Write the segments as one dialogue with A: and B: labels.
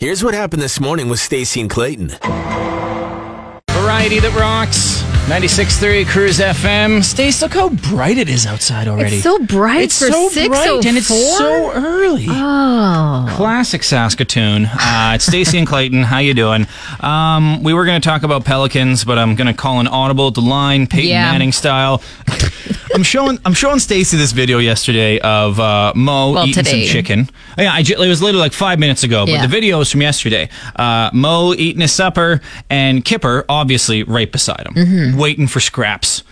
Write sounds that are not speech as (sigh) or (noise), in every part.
A: Here's what happened this morning with Stacy and Clayton.
B: Variety that rocks. 96.3 Cruise FM. Stace, look how bright it is outside already.
C: It's so bright
B: It's
C: for
B: so
C: 6:04?
B: bright and it's so early.
C: Oh,
B: Classic Saskatoon. Uh, it's Stacy and Clayton. How you doing? Um, we were going to talk about Pelicans, but I'm going to call an audible to line Peyton
C: Yeah.
B: Manning style. (laughs) I'm showing I'm showing Stacy this video yesterday of uh, Mo
C: Well,
B: eating
C: today.
B: some chicken. Oh, Yeah, I, ju- it was literally like five minutes ago, but
C: Yeah.
B: the video is from yesterday. Uh, Mo eating his supper and Kipper obviously right beside him,
C: Mm-hmm.
B: waiting for scraps.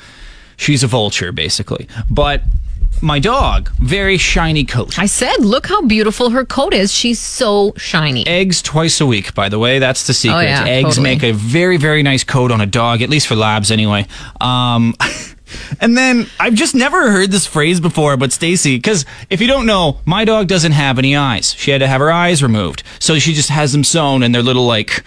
B: She's a vulture basically, but. My dog, very shiny coat.
C: I said, look how beautiful her coat is. She's so shiny.
B: eggs twice a week by the way that's the secret
C: Oh, yeah,
B: eggs
C: totally.
B: make a very very nice coat on a dog at least for labs anyway um (laughs) and then i've just never heard this phrase before but stacy because if you don't know my dog doesn't have any eyes she had to have her eyes removed so she just has them sewn and they're little like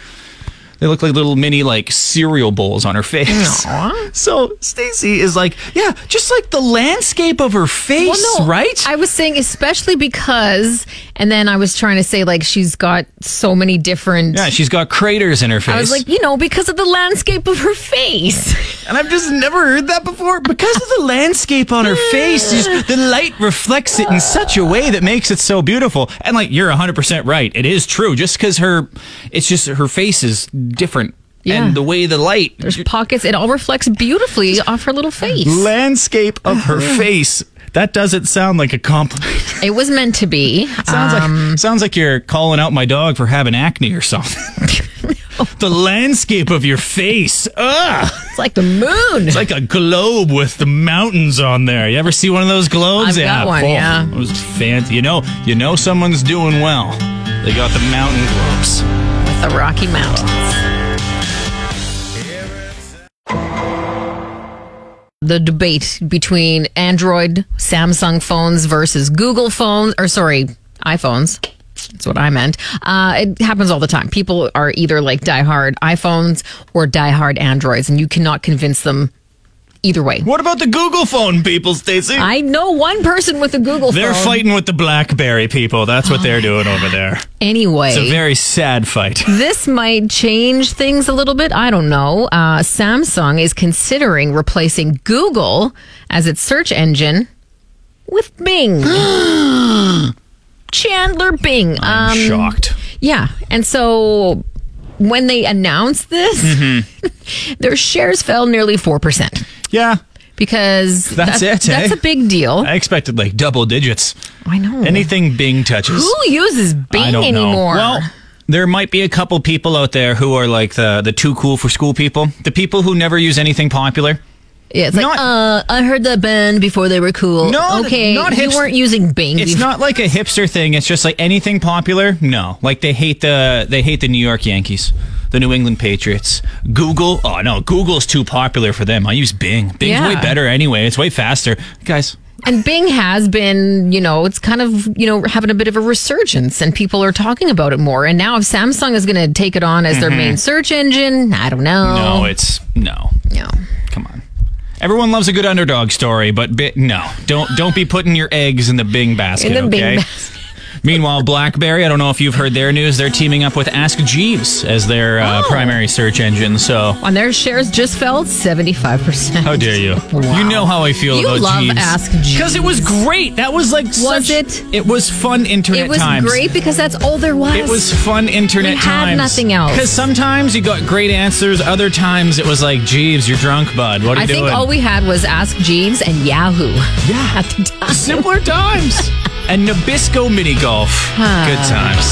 B: they look like little mini like cereal bowls on her face (laughs) so stacy is like yeah just like the landscape of her face right
C: I was saying, especially because, and then I was trying to say, like, she's got so many different.
B: yeah, she's got craters in her face.
C: I was like, you know, because of the landscape of her face.
B: And I've just never heard that before because of the landscape on her face. just- the light reflects it in such a way that makes it so beautiful. And like you're 100% right. It is true just cuz her it's just her face is different
C: Yeah.
B: and the way the light
C: There's pockets. It all reflects beautifully off her little face.
B: landscape of her face. That doesn't sound like a compliment. (laughs)
C: It was meant to be.
B: sounds
C: Um,
B: like sounds like you're calling out my dog for having acne or something. (laughs) the landscape of your face. Ugh.
C: (laughs) it's like the moon. (laughs)
B: It's like a globe with the mountains on there. You ever see one of those globes?
C: I've got one, yeah.
B: It was fancy. You know, you know someone's doing well. They got the mountain globes.
C: the Rocky Mountains. The debate between Android Samsung phones versus Google phones, or sorry, iPhones. That's what I meant. Uh, it happens all the time. People are either like diehard iPhones or diehard Androids, and you cannot convince them either way.
B: What about the Google phone people, Stacy?
C: I know one person with a Google
B: They're
C: phone.
B: fighting with the BlackBerry people. That's what they're doing over there.
C: anyway.
B: It's a very sad fight.
C: this might change things a little bit. I don't know. Uh, Samsung is considering replacing Google as its search engine with
B: (gasps)
C: Bing. Chandler Bing.
B: I'm
C: Um,
B: shocked.
C: yeah. And so when they announced this,
B: Mm-hmm.
C: (laughs) their shares fell nearly 4%.
B: Yeah,
C: Because
B: That's
C: that-
B: it, eh?
C: That's a big deal.
B: I expected like double digits.
C: I know.
B: Anything Bing touches.
C: Who uses Bing
B: I don't
C: anymore?
B: Know. Well, there might be a couple people out there who are like the the too cool for school people, the people who never use anything popular.
C: Yeah, it's like,
B: Not-
C: uh, I heard the band before they were cool.
B: No,
C: okay,
B: not
C: you
B: hipst-
C: weren't using Bing.
B: It's
C: before.
B: not like a hipster thing. It's just like anything popular. No, like they hate the they hate the New York Yankees, the New England Patriots. Google. Oh no, Google's too popular for them. I use Bing. Bing's way
C: Yeah.
B: better anyway. It's way faster, guys.
C: and Bing has been, you know, it's kind of, you know, having a bit of a resurgence and people are talking about it more. And now if Samsung is going to take it on as their
B: Mm-hmm.
C: main search engine, I don't know.
B: No, it's no.
C: No.
B: Come on. Everyone loves a good underdog story, but bi- no, don't don't be putting your eggs in the Bing basket.
C: In the Bing
B: okay?
C: basket.
B: Meanwhile, BlackBerry, I don't know if you've heard their news. They're teaming up with Ask Jeeves as their uh,
C: Oh.
B: primary search engine. So,
C: (laughs) On their shares just fell 75%.
B: how dare you?
C: Wow.
B: You know how I feel
C: You
B: about
C: love
B: Jeeves.
C: Ask
B: Because it was great. That was like
C: Was
B: such-
C: it?
B: It was fun internet
C: It was
B: times.
C: great because that's all there was.
B: It was fun internet
C: We had
B: times.
C: nothing else.
B: Because sometimes you got great answers. Other times it was like, Jeeves, you're drunk, bud. What are
C: I
B: you
C: think
B: doing?
C: all we had was Ask Jeeves and Yahoo.
B: Yeah.
C: (laughs) At the time.
B: Simpler times. (laughs) Ah. and Nabisco mini golf. Good times.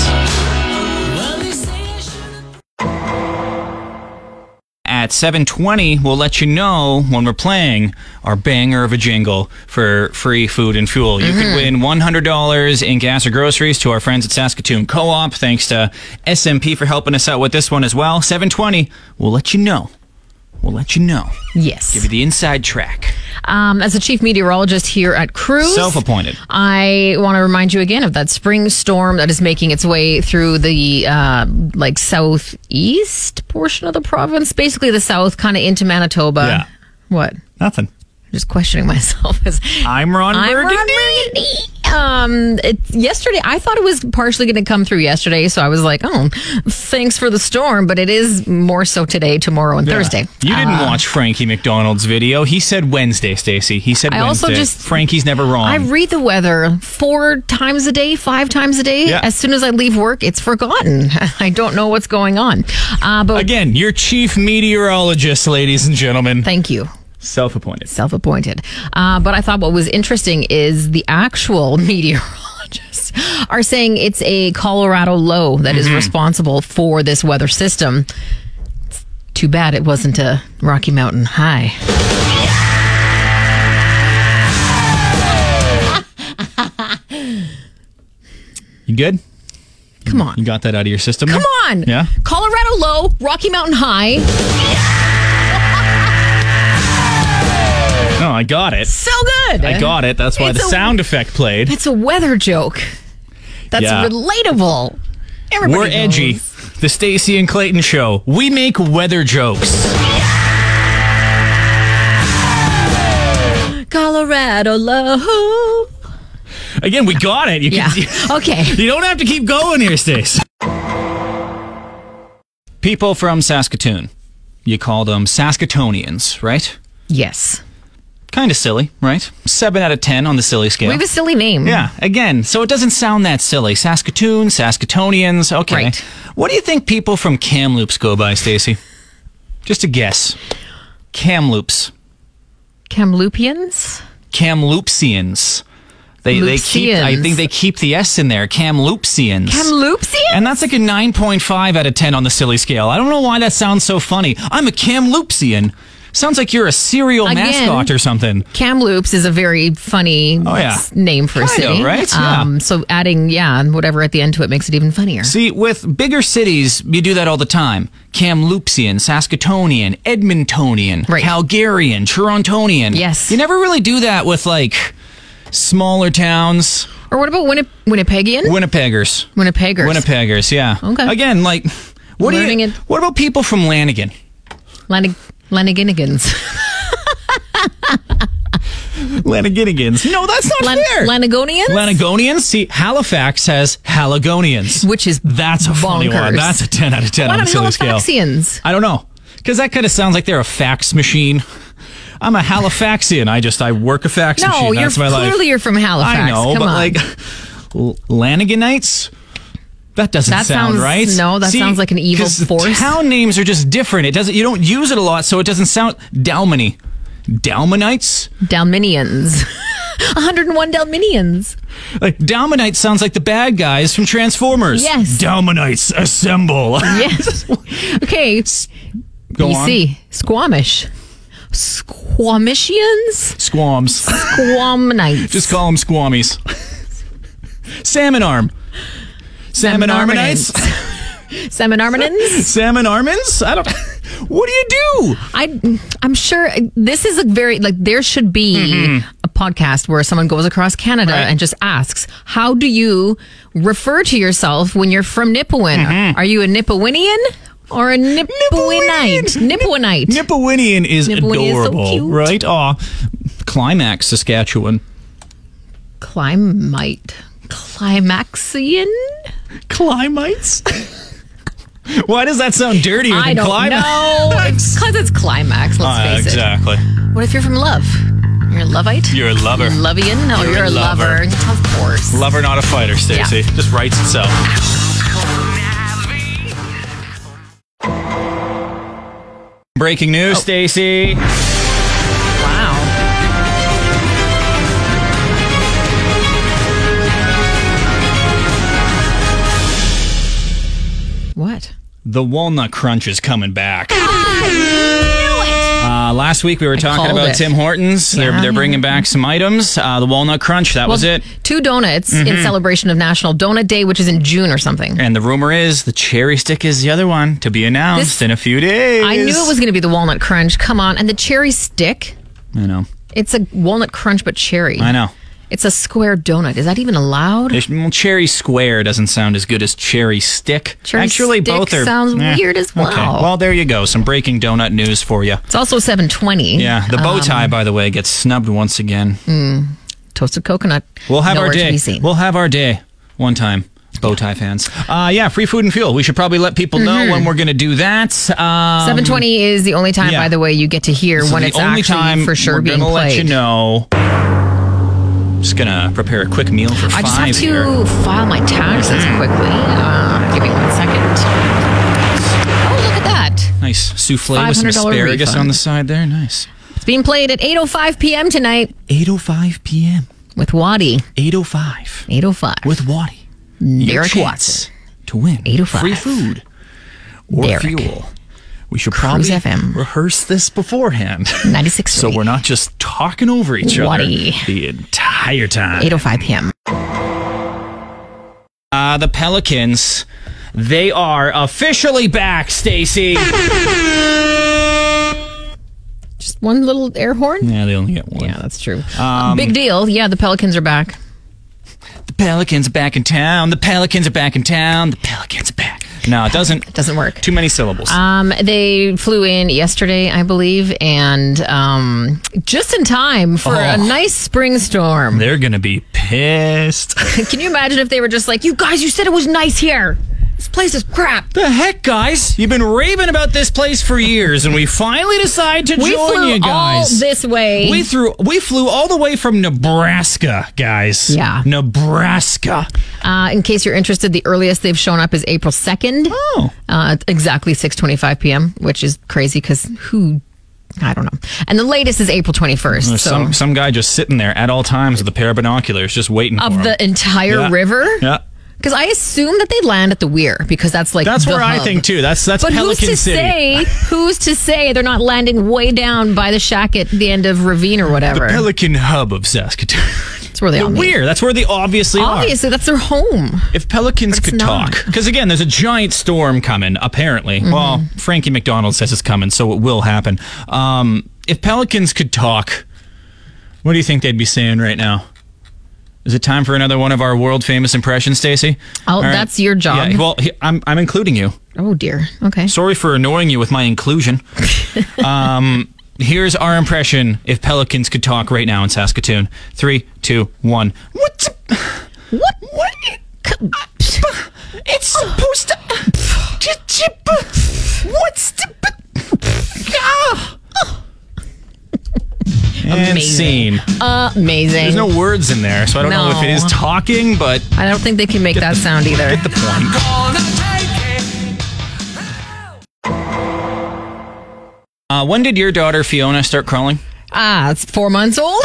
B: At 7:20, we'll let you know when we're playing our banger of a jingle for free food and fuel. You can win $100 in gas or groceries to our friends at Saskatoon Co-op. Thanks to SMP for helping us out with this one as well. 7:20, we'll let you know. We'll let you know.
C: Yes.
B: Give you the inside track.
C: Um, as a chief meteorologist here at Cruise,
B: Self-appointed.
C: I want to remind you again of that spring storm that is making its way through the uh, like southeast portion of the province, basically the south, kind of into Manitoba.
B: Yeah.
C: What?
B: Nothing.
C: I'm just questioning myself. (laughs) As
B: I'm Ron
C: I'm Ron
B: Burgundy.
C: Burgundy. Um, it, yesterday, I thought it was partially going to come through yesterday, so I was like, "Oh, thanks for the storm," but it is more so today, tomorrow, and Thursday.
B: You didn't watch Frankie McDonald's video. He said Wednesday, Stacy. He said
C: I also
B: Wednesday.
C: just-
B: Frankie's never wrong.
C: I read the weather four times a day, five times a day.
B: Yeah.
C: As soon as I leave work, it's forgotten. (laughs) I don't know what's going on. Uh, but
B: Again, your chief meteorologist, ladies and gentlemen.
C: thank you.
B: Self-appointed.
C: self appointed. Uh, but I thought what was interesting is the actual (laughs) meteorologists are saying it's a Colorado low that is
B: Mm-hmm.
C: responsible for this weather system. It's too bad it wasn't a Rocky Mountain high.
B: You good?
C: Come on.
B: You got that out of your system?
C: Come on.
B: Yeah.
C: Colorado low, Rocky Mountain high.
B: No, I got it.
C: So good.
B: I got it. That's why
C: It's
B: the
C: a-
B: sound effect played.
C: It's a weather joke. That's
B: Yeah.
C: relatable. Everybody
B: We're edgy.
C: knows.
B: The Stacy and Clayton Show. We make weather jokes.
C: Colorado low.
B: Again, we got it. You,
C: Yeah.
B: can, (laughs)
C: Okay.
B: you don't have to keep going here, Stace. People from Saskatoon. You call them Saskatoonians, right?
C: Yes.
B: Kind of silly, right? Seven out of ten on the silly scale.
C: We have a silly name.
B: Yeah, again, so it doesn't sound that silly. Saskatoon, Saskatoonians, okay.
C: Right.
B: What do you think people from Kamloops go by, Stacy? Just a guess. Kamloops.
C: Kamloopians?
B: Kamloopsians. They they keep I
C: Loopsians.
B: think they keep the S in there. Kamloopsians.
C: Kamloopsians?
B: and that's like a 9.5 out of 10 on the silly scale. I don't know why that sounds so funny. I'm a Kamloopsian. Sounds like you're a serial
C: Again.
B: mascot or something.
C: Kamloops is a very funny
B: Oh, yeah.
C: s- name for a
B: Kinda,
C: city,
B: right? Yeah.
C: Um, so adding yeah and whatever at the end to it makes it even funnier.
B: See, with bigger cities, you do that all the time. Kamloopsian, Saskatoonian, Edmontonian,
C: Right.
B: Calgarian, Torontonian.
C: Yes.
B: You never really do that with like smaller towns.
C: Or what about Winni- Winnipegian?
B: Winnipeggers.
C: Hmm. Winnipeggers.
B: Winnipeggers, yeah.
C: Okay.
B: Again, like what do
C: Learning
B: you,
C: it.
B: What about people from Lanigan?
C: Lanig- Laniganigans.
B: Laniganigans. No, that's not
C: Lan-
B: fair.
C: Lanigonians?
B: Lanigonians. See, Halifax has Haligonians.
C: Which is
B: That's a funny one.
C: bonkers.
B: That's a 10 out of 10
C: What
B: on the
C: about
B: silly scale.
C: Halifaxians?
B: I don't know. Because that kind of sounds like they're a fax machine. I'm a Halifaxian. I just, I work a fax
C: No,
B: machine.
C: you're
B: That's my life.
C: clearly you're from Halifax.
B: I know,
C: Come
B: but
C: on.
B: like, (laughs) L- Lanigonites? That doesn't
C: That
B: sound
C: sounds-
B: right.
C: no, that
B: See,
C: sounds like an evil
B: 'cause the
C: force.
B: Town names are just different. It doesn't. You don't use it a lot, so it doesn't sound. Dalmany, Dalmanites.
C: Dalminians. (laughs) 101 Dalminians.
B: Like Dalmanite sounds like the bad guys from Transformers.
C: Yes.
B: Dalmanites assemble. (laughs)
C: Yes. okay.
B: Go on.
C: BC. Squamish.
B: (laughs)
C: Squamishians?
B: Squams.
C: Squamnites.
B: Just call them squammies. Salmon arm. Salmon armonites? (laughs)
C: Seminarmanins?
B: Salmon armins? I don't. What do you do?
C: I, I'm sure this is a very like there should be a podcast where someone goes across Canada
B: Mm-hmm. Right.
C: and just asks, "How do you refer to yourself when you're from Nipawin?
B: Mm-hmm.
C: Are you a Nipawinian or a Nipawinite? Nipawinite?
B: Nipawinian is
C: Nipawinian is so
B: adorable,
C: cute.
B: right? Aw. Climax, Saskatchewan.
C: Climite? Climaxian?
B: Climites? (laughs) Why does that sound dirtier
C: I
B: than
C: don't
B: climax? (laughs)
C: know. Because it's climax. Let's
B: Ah,
C: face
B: exactly.
C: it. What if you're from Love? You're a Loveite.
B: You're a lover.
C: Lovian? No,
B: You're
C: you're,
B: a
C: a lover. Of course.
B: Lover, not a fighter, Stacy. Just writes itself. Breaking
C: Oh.
B: news, Stacy.
C: wow. What?
B: The walnut crunch is coming back.
C: I
B: Uh, last week we were talking
C: called
B: about
C: it.
B: Tim Hortons. they're
C: Yeah,
B: they're
C: yeah.
B: bringing back some items. Uh, the walnut crunch that was it. Mm-hmm.
C: Two donuts in celebration of National Donut Day, which is in June or something.
B: And the rumor is the cherry stick is the other one to be announced
C: This-
B: in a few days.
C: I knew it was going to be the walnut crunch. Come on. And the cherry stick.
B: I know.
C: It's a walnut crunch, but cherry.
B: I know.
C: It's a square donut. Is that even allowed?
B: It's- well, cherry square doesn't sound as good as cherry stick.
C: Cherry
B: Actually,
C: stick
B: both are
C: sounds weird as
B: Okay.
C: well.
B: Well, there you go. Some breaking donut news for you.
C: It's also 720. Um,
B: Yeah, the bow tie, by the way, gets snubbed once again.
C: toasted coconut.
B: We'll have
C: nowhere
B: our
C: to
B: day.
C: be seen.
B: We'll have our day one time. Bow tie fans. Uh, yeah, free food and fuel. We should probably let people know when we're going to do that. Um,
C: Mm-hmm. Seven twenty is the only time,
B: yeah.
C: by the way, you get to hear
B: so
C: when
B: the
C: it's
B: only
C: actually
B: time
C: for sure
B: we're
C: being
B: gonna
C: played.
B: let you know. Just gonna prepare a quick meal for
C: I
B: five
C: just have to
B: here. Mm.
C: file my taxes quickly. Uh, give me one second. Oh, look at that!
B: Nice souffle with some
C: $500
B: asparagus
C: refund.
B: on the side there. Nice.
C: It's being played at eight oh five p.m. tonight
B: 8:05 p.m.
C: with Waddy.
B: 8:05
C: Eight oh five
B: with Waddy. Your
C: Derek Watson.
B: chance to win
C: 8:05.
B: free food or
C: Derek.
B: fuel. We should probably
C: Cruise FM.
B: rehearse this beforehand. (laughs)
C: 96
B: So we're not just talking over each
C: Waddy.
B: other the entire time.
C: Eight oh five p.m.
B: Uh, the Pelicans, they are officially back, Stacy.
C: Just one little air horn.
B: Yeah, Um, they only get one.
C: Yeah, that's true. Big deal. Yeah, the Pelicans are back.
B: The Pelicans are back in town. The Pelicans are back in town. The Pelicans are back. No, it doesn't.
C: Doesn't work.
B: Too many syllables.
C: Um, they flew in yesterday, I believe, and um, just in time for a
B: Oh.
C: nice spring storm.
B: They're gonna be pissed.
C: (laughs) Can you imagine if they were just like, "You guys, you said it was nice here. This place is crap."
B: the heck, guys? You've been raving about this place for years, and we finally decide to
C: We
B: join
C: flew
B: you guys.
C: all this way.
B: we threw. We flew all the way from Nebraska, guys.
C: Yeah.
B: Nebraska.
C: uh, in case you're interested, the earliest they've shown up is April second,
B: Oh.
C: uh, at exactly 6:25 p.m., which is crazy because who, I don't know. And the latest is April 21st.
B: There's
C: so
B: some some guy just sitting there at all times with a pair of binoculars, just waiting for
C: of
B: 'em.
C: the entire
B: Yeah.
C: river.
B: Yeah,
C: Because I assume that they land at the Weir because that's like
B: that's
C: the
B: where I
C: hub.
B: think too. That's that's
C: But
B: Pelican
C: who's to
B: City.
C: say? Who's to say they're not landing way down by the shack at the end of Ravine or whatever?
B: Pelican hub of Saskatoon.
C: that's where they all meet.
B: Weird. That's where they obviously,
C: Obviously, that's their home.
B: are. If pelicans
C: It's
B: could
C: not. Mm-hmm.
B: talk, because again, there's a giant storm coming. Apparently, well, Frankie McDonald says it's coming, so it will happen. Um, if pelicans could talk, what do you think they'd be saying right now? Is it time for another one of our world famous impressions, Stacey?
C: Oh,
B: All right.
C: that's your job.
B: Yeah, well, he- I'm I'm including you.
C: oh dear. Okay.
B: Sorry for annoying you with my
C: (laughs)
B: inclusion. um, here's our impression if pelicans could talk right now in Saskatoon. Three, two, one. What's
C: What?
B: what? It's supposed to. What's the? And
C: Ah! Amazing.
B: scene.
C: Amazing.
B: There's no words in there, so I don't know if it is
C: No.
B: talking, but
C: I don't think they can make that sound either.
B: get the point. Uh, when did your daughter Fiona start crawling?
C: ah, it's four months old.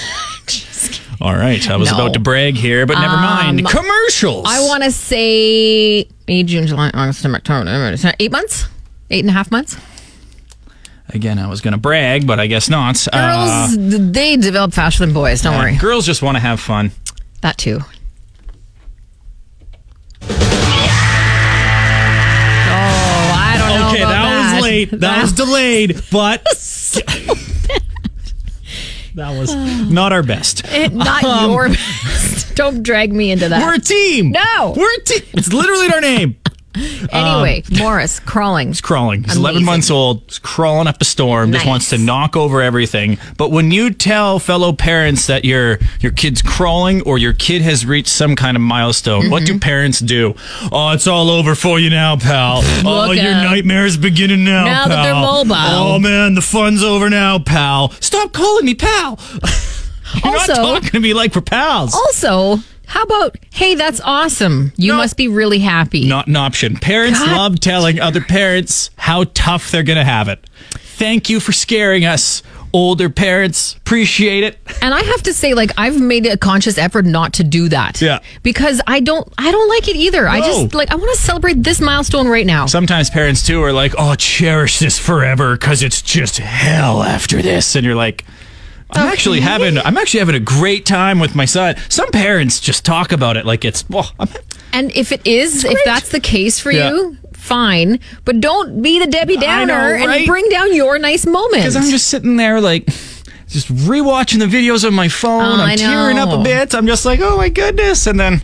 C: (laughs)
B: All right, I was
C: No. Um,
B: about to brag here, but never mind. Commercials.
C: I want to say May, June, July, August, September, October, November, December. eight months, eight and a half months.
B: Again, I was going to brag, but I guess not. Girls,
C: Girls,
B: Uh,
C: th- they develop faster than boys. Don't worry.
B: girls just want to have fun.
C: That too. Oh, I don't know
B: Okay, that,
C: about that
B: was late. That, was delayed, but that was not our best.
C: (laughs)
B: (laughs)
C: It- not your
B: Um,
C: best. Don't drag me into that.
B: We're a team.
C: No.
B: we're a team. It's literally our name. um,
C: anyway, Morris crawling.
B: It's crawling. He's
C: Amazing.
B: 11 months old. He's crawling up a storm. Just
C: Nice.
B: wants to knock over everything. But when you tell fellow parents that your your kid's crawling or your kid has reached some kind of milestone, what
C: Mm-hmm.
B: do parents do? Oh, it's all over for you now, pal. oh,
C: (laughs) Look
B: your
C: out.
B: nightmare's beginning now,
C: Now
B: pal.
C: that they're mobile."
B: Oh man, the fun's over now, pal. Stop calling me pal. (laughs) You're
C: Also-
B: not talking to me like we're pals.
C: Also, how about hey, that's awesome. You
B: No.
C: must be really happy.
B: not an option. Parents
C: God.
B: love telling other parents how tough they're going to have it. Thank you for scaring us, older parents. Appreciate it.
C: And I have to say, like, I've made a conscious effort not to do that.
B: Yeah.
C: Because I don't, I don't like it either. I
B: No.
C: just like I want to celebrate this milestone right now.
B: Sometimes parents too are like, "Oh, cherish this forever because it's just hell after this." And you're like, "I'm actually having I'm actually having a great time with my son." Some parents just talk about it like it's, "Well, I'm
C: And if it is, if that's the case for
B: Yeah.
C: you, fine. But don't be the Debbie
B: I
C: Downer
B: know,
C: and
B: right?
C: bring down your nice moment.
B: Because I'm just sitting there like just rewatching the videos on my phone.
C: Oh, I
B: I'm tearing up
C: know.
B: a bit. I'm just like, oh my goodness. And then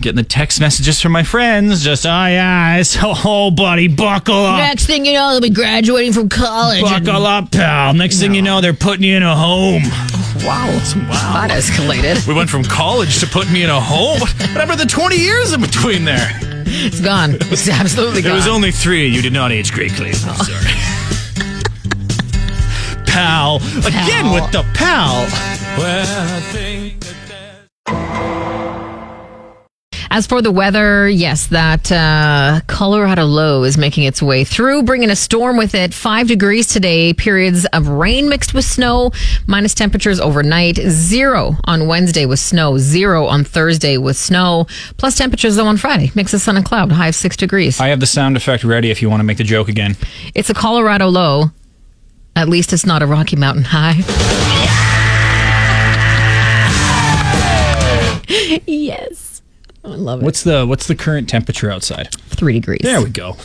B: getting the text messages from my friends, just aye aye. So (laughs) oh buddy, buckle up.
C: Next thing you know, they'll be graduating from college. and-
B: Buckle up, pal. Next thing you know, they're putting you in a home.
C: Oh, Wow. That escalated.
B: We went from college to put me in a home. (laughs) What what happened to the 20 years in between there?
C: It's gone. It's absolutely
B: It
C: gone.
B: was only three. You did not age greatly. I'm
C: Oh.
B: sorry. pal. Again
C: Pal.
B: with the pal. Well, I think that
C: As for the weather, yes, that uh, Colorado low is making its way through, bringing a storm with it. Five degrees today, periods of rain mixed with snow, minus temperatures overnight, zero on Wednesday with snow, zero on Thursday with snow, plus temperatures though on Friday, mix of sun and cloud, high of six degrees.
B: I have the sound effect ready if you want to make the joke again.
C: It's a Colorado low. At least it's not a Rocky Mountain high. yes. I love it.
B: What's the what's the current temperature outside?
C: Three degrees.
B: There we go.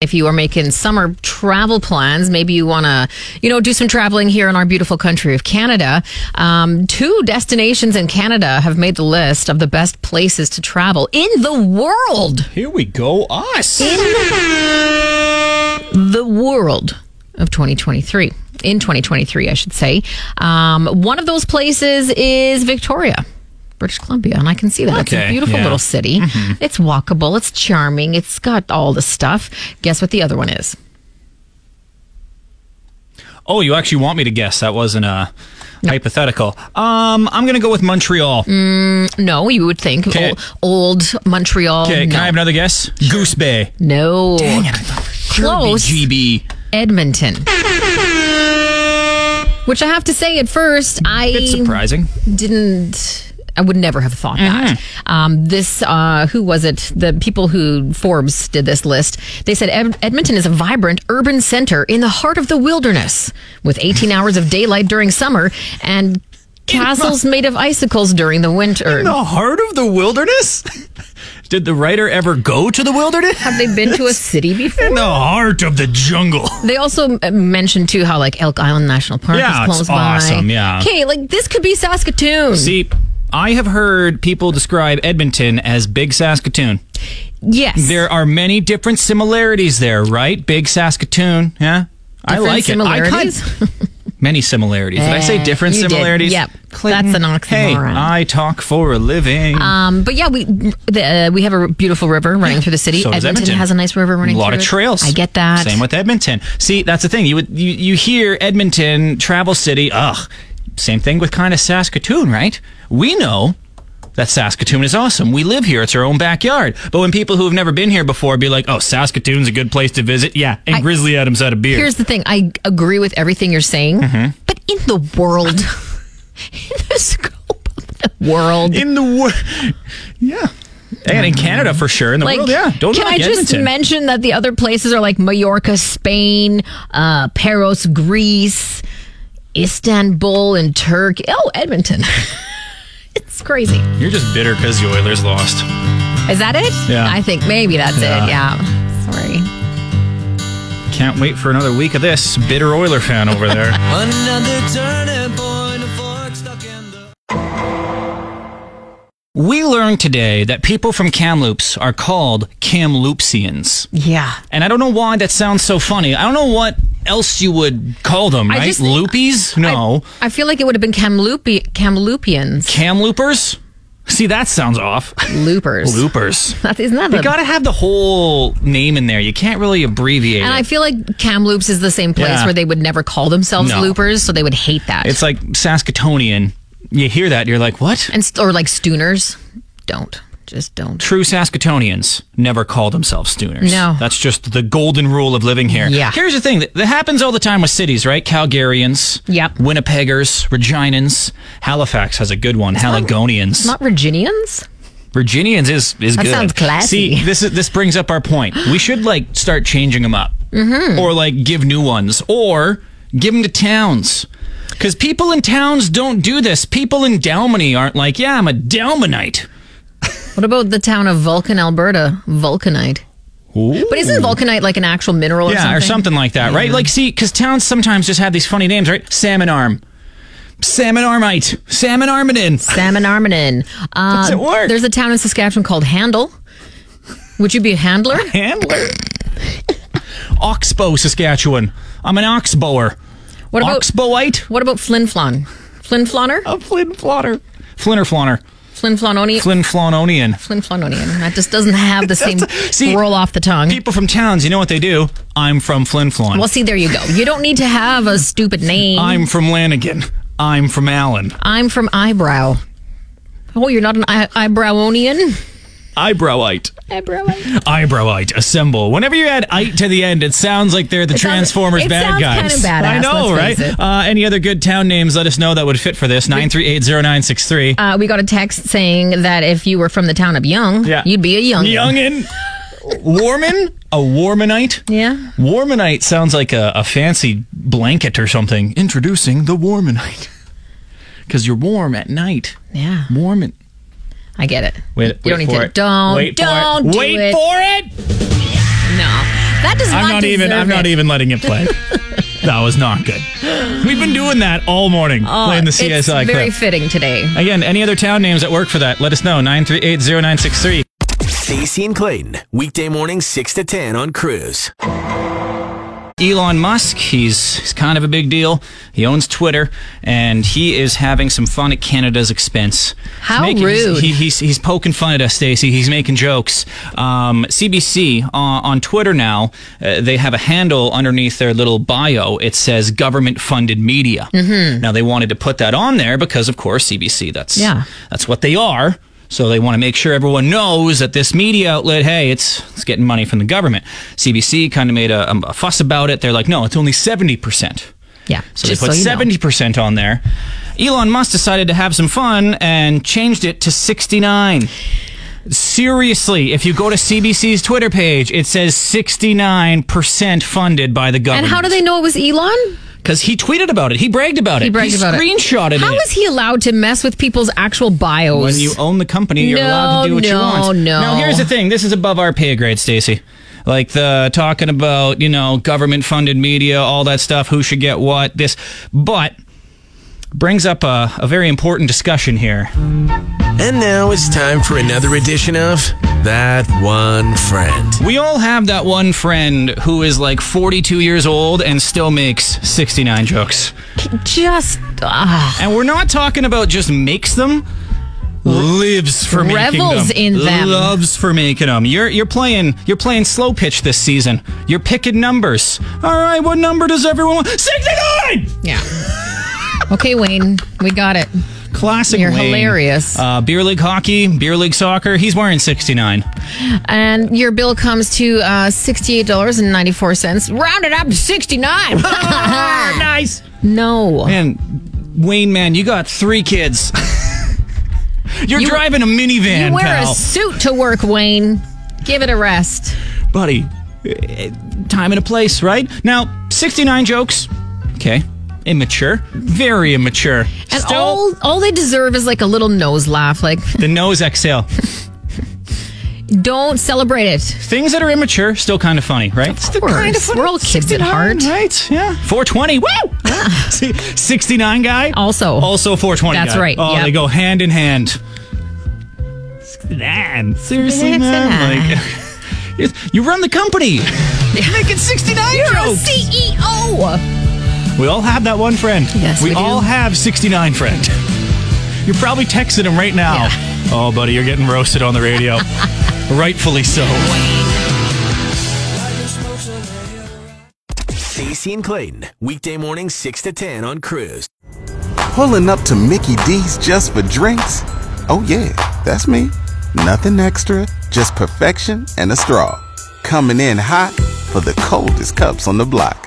C: if you are making summer travel plans, maybe you want to, you know, do some traveling here in our beautiful country of Canada. Um, two destinations in Canada have made the list of the best places to travel in the world.
B: Here we go.
C: (laughs)
B: Us.
C: the world of 2023. In 2023, I should say. Um, one of those places is Victoria. British Columbia, and I can see that. it's
B: Okay,
C: a beautiful
B: yeah. Mm-hmm.
C: little city. It's walkable, it's charming, it's got all the stuff. Guess what the other one is?
B: Oh, you actually want me to guess? That wasn't a hypothetical. Um, I'm gonna go with Montreal.
C: Mm, No, you would think
B: Okay.
C: ol- old, Montreal.
B: Okay,
C: no.
B: can I have another guess? Goose Bay.
C: no. Close.
B: GB.
C: Edmonton. Which I have to say, at first, I
B: Bit surprising.
C: didn't. I would never have thought that.
B: Mm-hmm.
C: Um, this, uh, who was it? The people who Forbes did this list. They said Ed- Edmonton is a vibrant urban center in the heart of the wilderness, with
B: (laughs)
C: 18 hours of daylight during summer and castles made of icicles during the winter.
B: The heart of the wilderness? (laughs) Did the writer ever go to the wilderness?
C: Have they been to a
B: (laughs)
C: city before?
B: In (laughs) the heart of the jungle.
C: They also uh, mentioned too how like Elk Island National Park
B: Yeah,
C: is
B: it's
C: close by.
B: awesome, yeah.
C: Okay, like this could be Saskatoon.
B: See, I have heard people describe Edmonton as Big Saskatoon.
C: yes.
B: There are many different similarities there, right? Big Saskatoon, yeah. I
C: Different
B: like
C: similarities?
B: it. I cut- (laughs) many similarities. Did I say
C: Eh,
B: different
C: you did.
B: similarities?
C: Yep.
B: Clinton,
C: That's an oxymoron.
B: Hey, I talk for a living.
C: Um, but yeah, we the, uh, we have a beautiful river running through the city.
B: So does
C: Edmonton,
B: Edmonton.
C: has a nice river running.
B: a lot
C: through
B: of
C: it.
B: trails.
C: I get that.
B: Same with Edmonton. See, that's the thing. You would you, you hear Edmonton, travel city. Ugh. Same thing with kind of Saskatoon, right? We know that Saskatoon is awesome. We live here; it's our own backyard. But when people who have never been here before be like, "Oh, Saskatoon's a good place to visit," yeah, and
C: I-
B: Grizzly Adams had a beer.
C: Here's the thing. I agree with everything you're saying,
B: Mm-hmm.
C: but in the world, (laughs) in the scope of the world,
B: in the world. (laughs) Yeah. And in Canada for sure. In the
C: like,
B: world, yeah. Don't
C: can
B: knock
C: I just
B: Edmonton.
C: mention that the other places are like Majorca, Spain, uh, Paros, Greece, Istanbul, and Turkey. Oh, Edmonton. (laughs) it's crazy.
B: You're just bitter because the Oilers lost.
C: Is that it?
B: Yeah.
C: I think maybe that's it. Yeah. Sorry.
B: Can't wait for another week of this. Bitter Oiler fan over there.
D: (laughs) Another turning point, a fork stuck in the.
B: we learned today that people from Kamloops are called Kamloopsians.
C: Yeah.
B: And I don't know why that sounds so funny. I don't know what else you would call them,
C: I
B: right?
C: just-
B: Loopies? No.
C: I, I feel like it would have been Kamloopi, Kamloopians.
B: Kamloopers? See, that sounds off. (laughs)
C: Loopers.
B: Loopers.
C: That, isn't that
B: You
C: the-
B: gotta have the whole name in there. You can't really abbreviate
C: And
B: it.
C: I feel like Kamloops is the same place
B: Yeah.
C: where they would never call themselves
B: No.
C: loopers, so they would hate that.
B: It's like Saskatoonian. You hear that, you're like, what?
C: and st- or like Stooners. Don't. Just don't.
B: True Saskatoonians never call themselves Stooners.
C: No.
B: That's just the golden rule of living here.
C: Yeah.
B: Here's the thing that, that happens all the time with cities, right? Calgarians,
C: Yep.
B: Winnipeggers, Reginans. Halifax has a good one. Haligonians.
C: Not Virginians?
B: Virginians is is
C: That
B: good.
C: sounds classy.
B: See, this is this brings up our point. We should like start changing them up, mm-hmm. or like give new ones, or give them to towns. Because people in towns don't do this. People in Dalmany aren't like, yeah, I'm a Dalmanite.
C: What about the town of Vulcan, Alberta? Vulcanite. But isn't Vulcanite like an actual mineral or
B: yeah,
C: something?
B: or something like that, right? Like, see, because towns sometimes just have these funny names, right? Salmon Arm, Salmon Armite, Salmon Arminin.
C: Salmon Arminen. Uh,
B: Does it work?
C: There's a town in Saskatchewan called Handel. Would you be
B: (laughs)
C: a handler? (laughs)
B: Handler. Oxbow, Saskatchewan. I'm an oxbower.
C: What about
B: Oxboite?
C: what about Flin Flon? Flin Flonner?
B: A Flynn Flonner. Flinner Flonner.
C: Flin Flononi?
B: Flynn Flononian.
C: Flin Flononian. That just doesn't have
B: (laughs)
C: the same
B: see,
C: roll off the tongue.
B: People from towns, you know what they do? I'm from Flin Flon.
C: well, see, there you go. You don't need to have a stupid name.
B: I'm from Lanigan. I'm from Allen.
C: I'm from Eyebrow. Oh, you're not an eye- Eyebrowonian?
B: Eyebrowite.
C: Eyebrowite.
B: Eyebrowite. Assemble. Whenever you add "ite" to the end, it sounds like they're the
C: sounds-
B: Transformers
C: it
B: bad
C: sounds
B: guys.
C: kinda badass,
B: I know,
C: let's
B: right?
C: face it.
B: Uh, any other good town names? Let us know that would fit for this. Nine three eight zero nine six three.
C: Uh, we got a text saying that if you were from the town of Young,
B: Yeah.
C: you'd be a young.
B: Youngin. Warman. A Warmanite.
C: Yeah.
B: Warmanite sounds like a, a fancy blanket or something. Introducing the (laughs) Warmanite. Because you're warm at night.
C: Yeah.
B: Warm and.
C: I get it.
B: Wait,
C: you don't
B: wait
C: need
B: for
C: to.
B: it.
C: Don't.
B: Wait for it.
C: don't do
B: Wait
C: it.
B: for it.
C: No. That does
B: I'm
C: not.
B: not even.
C: deserve
B: I'm not
C: it.
B: even letting it
C: (laughs)
B: play. that was not good. We've been doing that all morning, playing the
C: Oh, It's
B: CSI
C: very
B: clip.
C: fitting today.
B: Again, any other town names that work for that? Let us know. Nine three eight zero nine six three.
A: Stacey and Clayton, weekday morning 6 to 10 on Cruise.
B: Elon Musk, he's, he's kind of a big deal. He owns Twitter, and he is having some fun at Canada's expense. He's
C: How
B: making- he's-
C: rude.
B: he- he's, he's poking fun at us, Stacey. He's making jokes. Um, CBC uh, on Twitter now, uh, they have a handle underneath their little bio. It says government funded media. Mm-hmm. Now, they wanted to put that on there because, of course, CBC, that's,
C: Yeah.
B: that's what they are. So they want to make sure everyone knows that this media outlet, hey, it's it's getting money from the government. CBC kind of made a, a fuss about it. They're like, no, it's only seventy percent.
C: Yeah.
B: So
C: just
B: they put
C: so you know.
B: seventy percent on there. Elon Musk decided to have some fun and changed it to sixty nine. Seriously, if you go to CBC's Twitter page, it says sixty nine percent funded by the
C: And
B: government.
C: how do they know it was Elon?
B: Because he tweeted about it. He bragged about it.
C: He bragged about
B: screenshotted
C: it.
B: it.
C: How is he allowed to mess with people's actual bios?
B: When you own the company, you're
C: No,
B: allowed to do what you
C: no,
B: want.
C: no.
B: Now, here's the thing. This is above our pay grade, Stacey. Like the talking about, you know, government funded media, all that stuff, who should get what, this. But brings up a, a very important discussion here.
A: And now it's time for another edition of That One Friend.
B: We all have that one friend who is like 42 years old and still makes 69 jokes.
C: just ah,
B: And we're not talking about just makes them. Lives for making
C: Revels
B: them.
C: in them.
B: Loves for making them. You're you're playing you're playing slow pitch this season. You're picking numbers. All right, what number does everyone want? Sixty nine. (laughs)
C: yeah. okay, Wayne, we got it.
B: Classic.
C: You're
B: Wayne.
C: hilarious.
B: Uh, beer league hockey, beer league soccer. He's wearing sixty nine.
C: And your bill comes to uh, sixty-eight dollars and ninety-four cents. Round it up
B: (laughs)
C: to sixty-nine. (laughs) Ah,
B: nice.
C: no,
B: And Wayne, man, you got three kids. (laughs) You're
C: You-
B: driving a minivan,
C: you wear
B: pal.
C: a suit to work, Wayne. Give it a rest.
B: buddy, eh, time and a place, right? Now, 69 jokes. Okay. Immature. Very immature.
C: And
B: Still,
C: all all they deserve is like a little nose laugh. Like,
B: the nose exhale. (laughs)
C: don't celebrate it. (laughs)
B: Things that are immature, still kind of funny, right? Still
C: course.
B: kind of funny.
C: We're all kids
B: 69,
C: at heart. Ah.
B: Right? Yeah. 420. Woo! (laughs) See, 69 guy.
C: Also.
B: Also 420
C: That's
B: guy.
C: right,
B: Oh,
C: yep.
B: they go hand in hand. 69. Seriously, man? Like, (laughs) you run the company. Making 69
C: You're a E
B: jokes.
C: CEO.
B: We all have that one friend.
C: Yes, we do.
B: all have 69 friend. You're probably texting him right now.
C: Yeah.
B: Oh, buddy, you're getting roasted on the
C: (laughs)
B: radio. Rightfully so.
A: Stacey and Clayton, weekday morning 6 to 10 on Cruise.
E: Pulling up to Mickey D's just for drinks? Oh, yeah, that's me. Nothing extra, just perfection and a straw. Coming in hot for the coldest cups on the block.